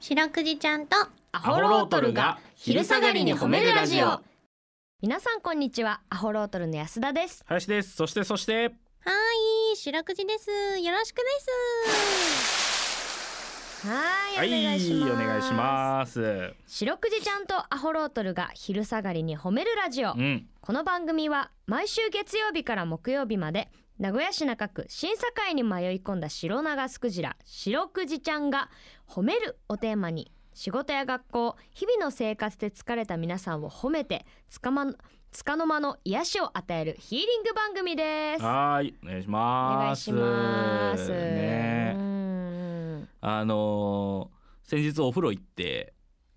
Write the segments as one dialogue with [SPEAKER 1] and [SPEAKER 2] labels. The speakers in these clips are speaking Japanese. [SPEAKER 1] 白くじちゃんと
[SPEAKER 2] ア
[SPEAKER 3] ホロートルが昼下がりに褒めるラジオ
[SPEAKER 2] 皆さんこんにちはアホロートルの安田です
[SPEAKER 3] 林ですそしてそして
[SPEAKER 1] はーい白くじですよろしくです
[SPEAKER 2] は
[SPEAKER 3] は
[SPEAKER 2] ー
[SPEAKER 3] い
[SPEAKER 2] い、
[SPEAKER 3] お願いします
[SPEAKER 2] す白くじちゃんとアホロートルが昼下がりに褒めるラジオ
[SPEAKER 3] うん
[SPEAKER 2] この番組は毎週月曜日から木曜日まで名古屋市中区審査会に迷い込んだ白長スクジラ白くじちゃんが褒めるおテーマに仕事や学校日々の生活で疲れた皆さんを褒めてつかまつかの間の癒しを与えるヒーリング番組です
[SPEAKER 3] はーいお願いし
[SPEAKER 2] お願
[SPEAKER 3] ま
[SPEAKER 2] い
[SPEAKER 3] す
[SPEAKER 2] します、
[SPEAKER 3] ね
[SPEAKER 2] う
[SPEAKER 3] え
[SPEAKER 2] ん
[SPEAKER 3] あのー先日お風呂行って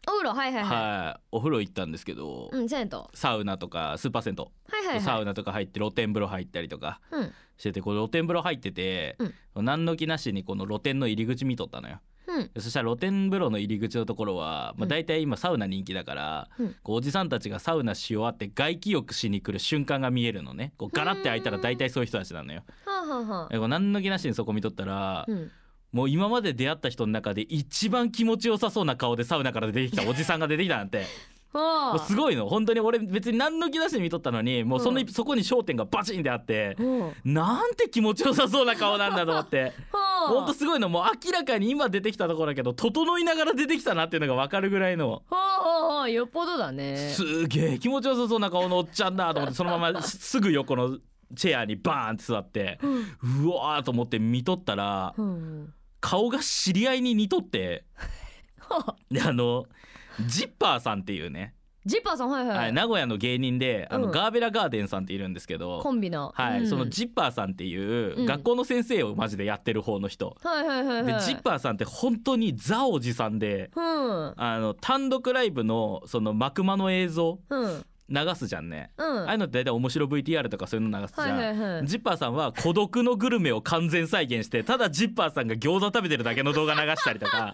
[SPEAKER 2] お風呂はいはいはい、
[SPEAKER 3] はいお風呂行ったんですけど
[SPEAKER 2] うん銭湯は
[SPEAKER 3] サウナとかスーパー銭湯
[SPEAKER 2] いはい
[SPEAKER 3] サ
[SPEAKER 2] はい
[SPEAKER 3] ウナとか入って露天風呂入ったりとか
[SPEAKER 2] うん
[SPEAKER 3] しててこう露天風呂入ってて、何の気なしにこの露天の入り口見とったのよ
[SPEAKER 2] うん
[SPEAKER 3] そしたら露天風呂の入り口のところは、まあ、
[SPEAKER 2] うん
[SPEAKER 3] 大体今サウナ人気だから、
[SPEAKER 2] うん
[SPEAKER 3] こうおじさんたちがサウナし終わって外気浴しに来る瞬間が見えるのねこうガラッて開いたら大体そういう人たちなのよ。
[SPEAKER 2] はあはあはあ
[SPEAKER 3] でこう何の気なしにそこ見とったら、
[SPEAKER 2] うん
[SPEAKER 3] もう今まで出会った人の中で一番気持ちよさそうな顔でサウナから出てきたおじさんが出てきたなんても
[SPEAKER 2] は
[SPEAKER 3] うすごいの本当に俺別に何の気なしに見とったのにもうその、
[SPEAKER 2] うん
[SPEAKER 3] そこに焦点がバチンであって。
[SPEAKER 2] うん
[SPEAKER 3] なんて気持ちよさそうな顔なんだと思って。
[SPEAKER 2] はあ
[SPEAKER 3] ほんとすごいのもう明らかに今出てきたところだけど整いながら出てきたなっていうのが分かるぐらいの
[SPEAKER 2] はあはあはあよっぽどだね
[SPEAKER 3] すげえ気持ちよさそうな顔のおっちゃんだと思ってそのま ますぐ横のチェアにバーンって座って
[SPEAKER 2] うん
[SPEAKER 3] うわーと思って見とったら
[SPEAKER 2] うん
[SPEAKER 3] 顔が知り合いに似とって
[SPEAKER 2] はあ
[SPEAKER 3] であのジッパーさんっていうね、
[SPEAKER 2] ジッパーさんはいは
[SPEAKER 3] はい、
[SPEAKER 2] い
[SPEAKER 3] 名古屋の芸人であの、
[SPEAKER 2] うん
[SPEAKER 3] ガーベラガーデンさんっているんですけど
[SPEAKER 2] コ。ンビの
[SPEAKER 3] はい、
[SPEAKER 2] うん
[SPEAKER 3] そのジッパーさんっていう、
[SPEAKER 2] うん
[SPEAKER 3] 学校の先生をマジでやってる方の人、
[SPEAKER 2] はいはいはい
[SPEAKER 3] で
[SPEAKER 2] はい
[SPEAKER 3] ジッパーさんって本当にザおじさんで、
[SPEAKER 2] うん
[SPEAKER 3] あの単独ライブのその幕間の映像
[SPEAKER 2] うん
[SPEAKER 3] 流すじゃんね、
[SPEAKER 2] うん
[SPEAKER 3] ああいうのって大体面白 VTR とかそういうの流すじゃん、
[SPEAKER 2] はいはいはい
[SPEAKER 3] ジッパーさんは孤独のグルメを完全再現してただジッパーさんが餃子食べてるだけの動画流したりと か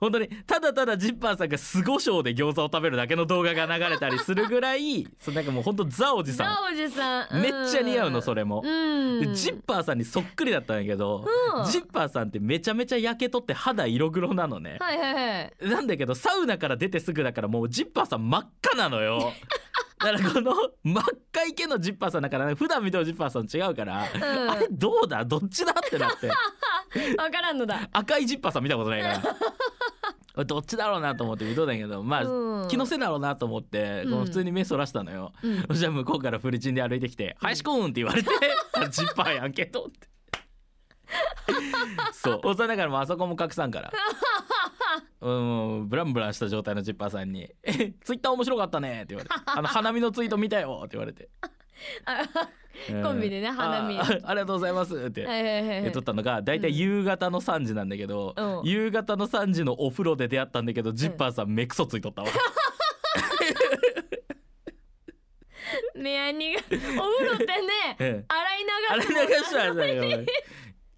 [SPEAKER 3] 本当にただただジッパーさんがスゴショウで餃子を食べるだけの動画が流れたりするぐらいそうなんかもう本当ザおじ
[SPEAKER 2] ザ
[SPEAKER 3] さ
[SPEAKER 2] おじさ
[SPEAKER 3] ん
[SPEAKER 2] ん
[SPEAKER 3] めっちゃ似合うのそ
[SPEAKER 2] れ
[SPEAKER 3] れも。
[SPEAKER 2] うん
[SPEAKER 3] でジッパーさんにそっくりだったんだけど、
[SPEAKER 2] うん
[SPEAKER 3] ジッパーさんってめちゃめちゃ焼けとって肌色黒なのね、
[SPEAKER 2] はいはいはい
[SPEAKER 3] なんだけどサウナから出てすぐだからもうジッパーさん真っ赤なの よ。だからこの真っ赤い毛のジッパーさんだから、ね、普段見てるジッパーさん違うから、
[SPEAKER 2] ん
[SPEAKER 3] あれどうだどっちだってなって
[SPEAKER 2] わからんのだ
[SPEAKER 3] 赤いジッパーさん見たことない からこれどっちだろうなと思って見とったんやけどまあ、
[SPEAKER 2] うん
[SPEAKER 3] 気のせいだろうなと思ってこう普通に目そらしたのよ、
[SPEAKER 2] うん
[SPEAKER 3] そしたら向こうからフリチンで歩いてきて「林くん」って言われて「あジッパーやんけ」と思っ て。そうおっさんだからもうあそこも隠さんからうんブランブランした状態のジッパーさんに「えツイッター面白かったね」って言われて「あの花見のツイート見たよ」って言われて
[SPEAKER 2] あ コンビでね
[SPEAKER 3] うん
[SPEAKER 2] 花見
[SPEAKER 3] あありがとうございます」って
[SPEAKER 2] はいはいはいは
[SPEAKER 3] え
[SPEAKER 2] い
[SPEAKER 3] 撮ったのが大体夕方の3時なんだけど、
[SPEAKER 2] うん
[SPEAKER 3] 夕方の3時のお風呂で出会ったんだけど、ジッパーさん目くそついと ったわ
[SPEAKER 2] 目やにがお風呂って
[SPEAKER 3] ええ
[SPEAKER 2] ね
[SPEAKER 3] あ
[SPEAKER 2] 洗い
[SPEAKER 3] れ流
[SPEAKER 2] 流す
[SPEAKER 3] したらだよ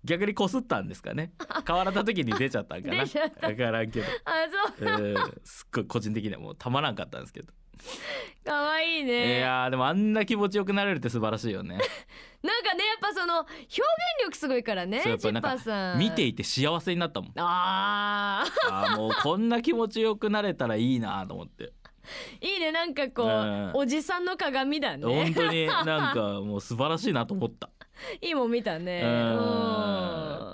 [SPEAKER 3] 逆にこすったんですかね変わらた時に出ちゃったんかな
[SPEAKER 2] 出ちゃっ
[SPEAKER 3] 分からんけど、
[SPEAKER 2] あそう
[SPEAKER 3] えーすっごい個人的にはもうたまらんかったんですけ ど、
[SPEAKER 2] 可愛い
[SPEAKER 3] い
[SPEAKER 2] ね
[SPEAKER 3] やーでもあんな気持ちよくなれるって素晴らしいよね
[SPEAKER 2] なんかねやっぱその表現力すごいからね
[SPEAKER 3] そうやっ
[SPEAKER 2] ジ
[SPEAKER 3] ぱなん
[SPEAKER 2] ッパ
[SPEAKER 3] か
[SPEAKER 2] ーさん
[SPEAKER 3] 見ていて幸せにな ったもん
[SPEAKER 2] あー
[SPEAKER 3] あーもうこんな気持ちよくなれたらいいなと思って
[SPEAKER 2] いいねなんかこう、
[SPEAKER 3] うん
[SPEAKER 2] おじさんの鏡だ
[SPEAKER 3] 本
[SPEAKER 2] ね
[SPEAKER 3] 当になんかもう素晴らしいなと思った
[SPEAKER 2] いいもん見たね
[SPEAKER 3] う
[SPEAKER 2] うん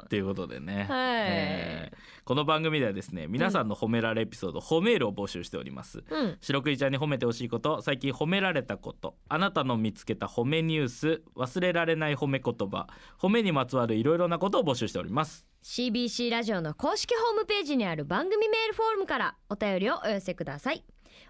[SPEAKER 3] ーんということでね、えーこの番組ではですね皆さんの褒められエピソード、褒めールを募集しております
[SPEAKER 2] うん
[SPEAKER 3] 白くじちゃんに褒めてほしいこと最近褒められたことあなたの見つけた褒めニュース忘れられない褒め言葉褒めにまつわるいろいろなことを募集しております
[SPEAKER 2] CBC ラジオの公式ホームページにある番組メールフォームからお便りをお寄せください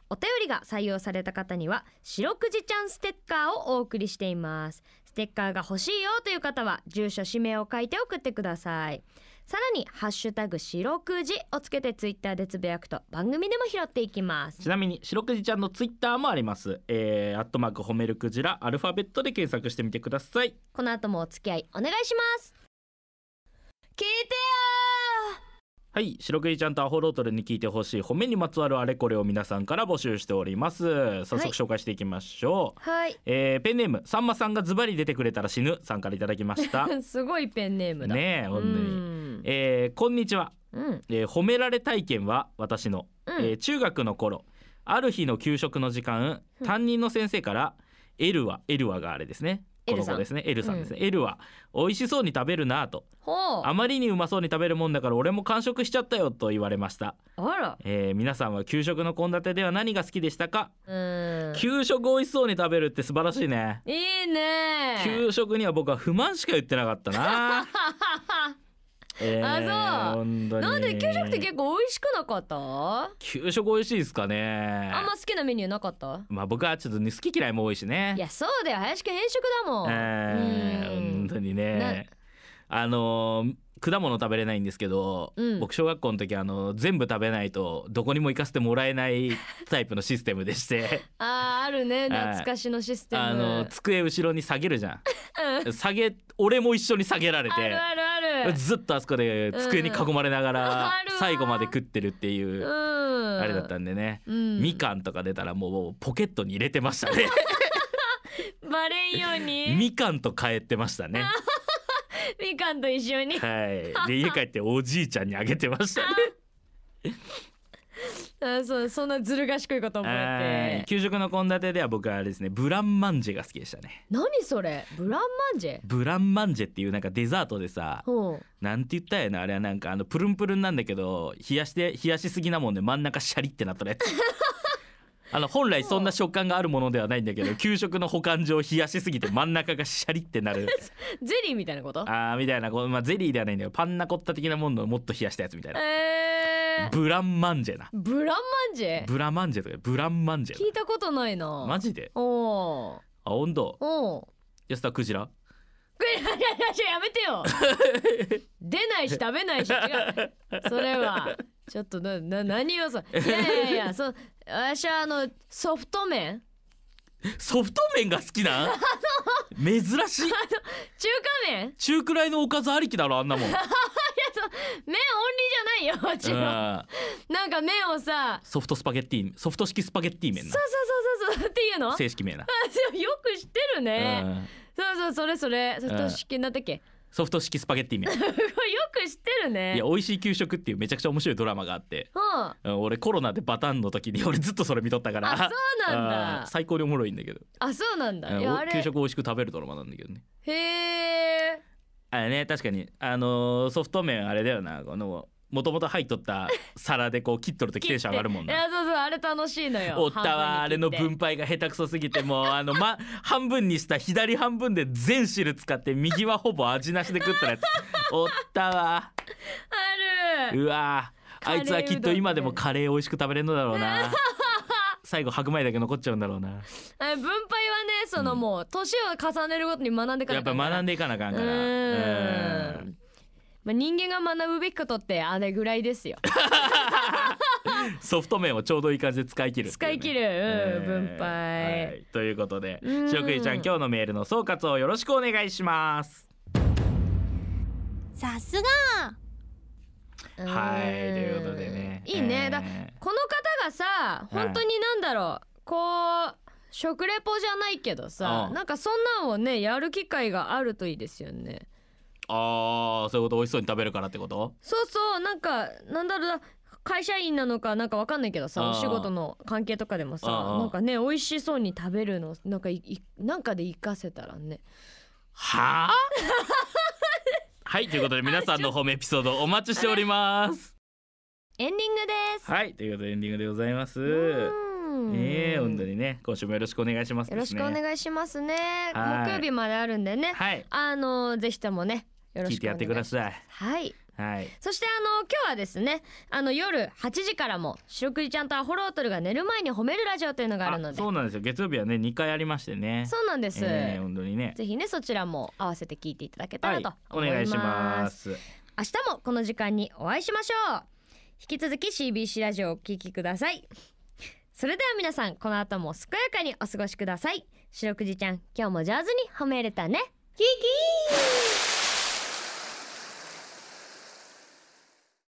[SPEAKER 2] お便りが採用された方には白くじちゃんステッカーをお送りしていますステッカーが欲しいよという方は住所氏名を書いて送ってくださいさらにハッシュタグ白くじをつけてツイッターでつぶやくと番組でも拾っていきます
[SPEAKER 3] ちなみに白くじちゃんのツイッターもありますえー、アットマーク褒めるクジラアルファベットで検索してみてください
[SPEAKER 2] この後もお付き合いお願いします聞いてよ
[SPEAKER 3] はい白くじちゃんとアホロートルに聞いてほしい褒めにまつわるあれこれを皆さんから募集しております早速紹介していきましょう、
[SPEAKER 2] はい
[SPEAKER 3] えーペンネームさんまさんがズバリ出てくれたら死 ぬさんからいただきました
[SPEAKER 2] すごいペンネームだ
[SPEAKER 3] ねえ本当に
[SPEAKER 2] うん
[SPEAKER 3] えーこんにちは、
[SPEAKER 2] うん
[SPEAKER 3] えー褒められ体験は私の、
[SPEAKER 2] うん
[SPEAKER 3] えー中学の頃ある日の給食の時間
[SPEAKER 2] うん
[SPEAKER 3] 担任の先生から「エルワエルワがあれですね
[SPEAKER 2] エ
[SPEAKER 3] こ
[SPEAKER 2] ル
[SPEAKER 3] の
[SPEAKER 2] さん
[SPEAKER 3] 子ですねエルさんですね、エルワ美味しそうに食べるな」と
[SPEAKER 2] ほう
[SPEAKER 3] 「あまりにうまそうに食べるもんだから俺も完食しちゃったよ」と言われました、
[SPEAKER 2] あら
[SPEAKER 3] えー皆さんは給食の献立では何が好きでしたか、
[SPEAKER 2] うーん
[SPEAKER 3] 給食美味しそうに食べるって素晴らしいね
[SPEAKER 2] いいね
[SPEAKER 3] 給食には僕は不満しか言ってなかった なえ
[SPEAKER 2] あそう
[SPEAKER 3] 本当に
[SPEAKER 2] なんで給食って結構美味しくなかったあ
[SPEAKER 3] 給食美味しいですかね
[SPEAKER 2] んま好きなメニューなかった
[SPEAKER 3] まあ僕はちょっとね好き嫌いも多いしね
[SPEAKER 2] いやそうだよ林くん偏食だもん、
[SPEAKER 3] えー
[SPEAKER 2] うん
[SPEAKER 3] 本当にねあのー果物食べれないんですけど、
[SPEAKER 2] うん
[SPEAKER 3] 僕小学校の時あの全部食べないとどこにも行かせてもらえないタイプのシステムでして
[SPEAKER 2] あーある
[SPEAKER 3] は
[SPEAKER 2] ね
[SPEAKER 3] い
[SPEAKER 2] 懐かしのシステム
[SPEAKER 3] あの机後ろに下げるじゃん下げ俺も一緒に下げられて
[SPEAKER 2] あるあるある
[SPEAKER 3] ずっとあそこで机に囲まれなが
[SPEAKER 2] うん
[SPEAKER 3] ら
[SPEAKER 2] あるわ
[SPEAKER 3] 最後まで食ってるっていううんあれだったんでね、
[SPEAKER 2] うん
[SPEAKER 3] みかんとか出たらもうポケットに入れてましたね
[SPEAKER 2] バレんようにみ
[SPEAKER 3] みかんと変えてましたね
[SPEAKER 2] かんと一緒に
[SPEAKER 3] はいで家帰っておじいちゃんにあげてましたね
[SPEAKER 2] あそうそんなずる賢い こと覚
[SPEAKER 3] は
[SPEAKER 2] え
[SPEAKER 3] い
[SPEAKER 2] て
[SPEAKER 3] 給食の献立では僕はあれですねブランマンジェが好きでしたね
[SPEAKER 2] 何それブランマンジェ
[SPEAKER 3] ブランマンジェっていうなんかデザートでさ
[SPEAKER 2] ほう
[SPEAKER 3] なんて言ったんやなあれはなんかあのプルンプルンなんだけど冷やして冷やしすぎなもんで真ん中シャリってなった やつあの本来そんな食感があるものではないんだけど給食の保管上冷やしすぎて真ん中がシャリってなる
[SPEAKER 2] ゼリーみたいなこと
[SPEAKER 3] あーみたいなこう、まあ、ゼリーではないんだよパンナコッタ的なものをもっと冷やしたやつみたいな
[SPEAKER 2] えー、
[SPEAKER 3] ブランマンジェな
[SPEAKER 2] ブランマンジェ
[SPEAKER 3] ブラマンジェとかブランマンジェ
[SPEAKER 2] 聞いたことないな
[SPEAKER 3] マジで
[SPEAKER 2] おー
[SPEAKER 3] あ温度
[SPEAKER 2] おー
[SPEAKER 3] 安田クジラ
[SPEAKER 2] これいやいやいややめてよ 出ないし食べ ないし違うそれはちょっとなな何をさいやいやい やそう私はあのソフト麺
[SPEAKER 3] ソフト麺が好き なん珍しい
[SPEAKER 2] 中華麺
[SPEAKER 3] 中くらいのおかずありきだろあんな もん
[SPEAKER 2] 麺オンリーじゃないよもちろん
[SPEAKER 3] うん
[SPEAKER 2] なんか麺をさ
[SPEAKER 3] ソフトスパゲッティソフト式スパゲッティ麺
[SPEAKER 2] そう
[SPEAKER 3] な
[SPEAKER 2] そうそうそうそうっていうのよ
[SPEAKER 3] 正式 名な、
[SPEAKER 2] く知ってる
[SPEAKER 3] う
[SPEAKER 2] ね
[SPEAKER 3] ん
[SPEAKER 2] そうそうそれそれソフ
[SPEAKER 3] う
[SPEAKER 2] ト
[SPEAKER 3] ん
[SPEAKER 2] 式なんだっけよ
[SPEAKER 3] ソフト式スパゲッティ 麺
[SPEAKER 2] く知ってる
[SPEAKER 3] い
[SPEAKER 2] ね
[SPEAKER 3] や美味しい給食っていうめちゃくちゃ面白いドラマがあって、
[SPEAKER 2] うん
[SPEAKER 3] うん、俺コロナでバタンの時に俺ずっとそれ見とったから
[SPEAKER 2] あそうなん だ
[SPEAKER 3] うん最高におもろいんだけど、
[SPEAKER 2] あそうなんだ
[SPEAKER 3] うん
[SPEAKER 2] いやあ
[SPEAKER 3] 給
[SPEAKER 2] れ
[SPEAKER 3] 食美味しく食べるドラマなんだけどね
[SPEAKER 2] へえ
[SPEAKER 3] あれね確かにあのーソフト麺あれだよなこのもともと入っとった皿でこう切っとるとテンション上がるもん
[SPEAKER 2] いや
[SPEAKER 3] な
[SPEAKER 2] そうそうあれ楽しいのよ
[SPEAKER 3] おったわあれの分配が下手くそすぎてもうあ の、ま、半分にした左半分で全汁使って右はほぼ味なしで食ったやつおったわ
[SPEAKER 2] ある
[SPEAKER 3] うわ
[SPEAKER 2] カ
[SPEAKER 3] あ
[SPEAKER 2] レー
[SPEAKER 3] いつはきっと今でもカレー美味しく食べれるのだろうな最後白米だけ残っちゃうんだろうな
[SPEAKER 2] あ分配はねそのもう年を重ねるごとに学んでいか
[SPEAKER 3] や
[SPEAKER 2] な
[SPEAKER 3] っ
[SPEAKER 2] き
[SPEAKER 3] ぱ
[SPEAKER 2] ゃいけない
[SPEAKER 3] 学んでいかなあかんから
[SPEAKER 2] う
[SPEAKER 3] う
[SPEAKER 2] ー
[SPEAKER 3] ん
[SPEAKER 2] んまあ、人間が学ぶべきことってあれぐらいですよ
[SPEAKER 3] ソフト麺をちょうどいい感じで使い切るっていうね、
[SPEAKER 2] 使い切るうん分配
[SPEAKER 3] はいということで
[SPEAKER 2] うん
[SPEAKER 3] 白衣ちゃん今日のメールの総括をよろしくお願いします
[SPEAKER 1] さすが
[SPEAKER 3] はいと
[SPEAKER 2] うーん
[SPEAKER 3] いうことでね
[SPEAKER 2] いいねだ
[SPEAKER 3] え
[SPEAKER 2] この方がさ本当になんだろう、こう食レポじゃないけどさ
[SPEAKER 3] うん
[SPEAKER 2] なんかそんなんをねやる機会があるといいですよね
[SPEAKER 3] ーあーそういうこと美味しそうに食べるからってこと
[SPEAKER 2] そうそうなんかなんだろうな会社員なのかなんかわかんないけど
[SPEAKER 3] あ
[SPEAKER 2] さ
[SPEAKER 3] あ
[SPEAKER 2] お仕事の関係とかでもさ
[SPEAKER 3] ああ
[SPEAKER 2] なんかね美味しそうに食べるのなんかいいなんかで活かせたらね
[SPEAKER 3] はあはいということで皆さんのホームエピソードお待ちしております
[SPEAKER 2] エンディングです
[SPEAKER 3] はいということでエンディングでございます
[SPEAKER 2] うーん
[SPEAKER 3] ねえ本当にね今週もよろしくお願いします
[SPEAKER 2] よろしくお願いしますね
[SPEAKER 3] はい
[SPEAKER 2] 木曜日まであるんでね
[SPEAKER 3] はい
[SPEAKER 2] あのぜひともねよろ
[SPEAKER 3] 聞い
[SPEAKER 2] してくお
[SPEAKER 3] や
[SPEAKER 2] 願
[SPEAKER 3] っ
[SPEAKER 2] い
[SPEAKER 3] てください
[SPEAKER 2] はい
[SPEAKER 3] はい
[SPEAKER 2] そしてあの今日はですねあの夜8時からも「白くじちゃんとアホロートルが寝る前に褒めるラジオ」というのがあるので
[SPEAKER 3] そうなんですよ月曜日はね2回ありましてね
[SPEAKER 2] そうなんです、
[SPEAKER 3] ええ本当にね
[SPEAKER 2] ぜひねそちらも合わせて聞いていただけたらと思います,、
[SPEAKER 3] お願いします
[SPEAKER 2] 明日もこの時間にお会いしましょう引き続き CBC ラジオをお聞きくださいそれでは皆さんこの後も健やかにお過ごしください白くじちゃん今日も上手に褒めれたねキキー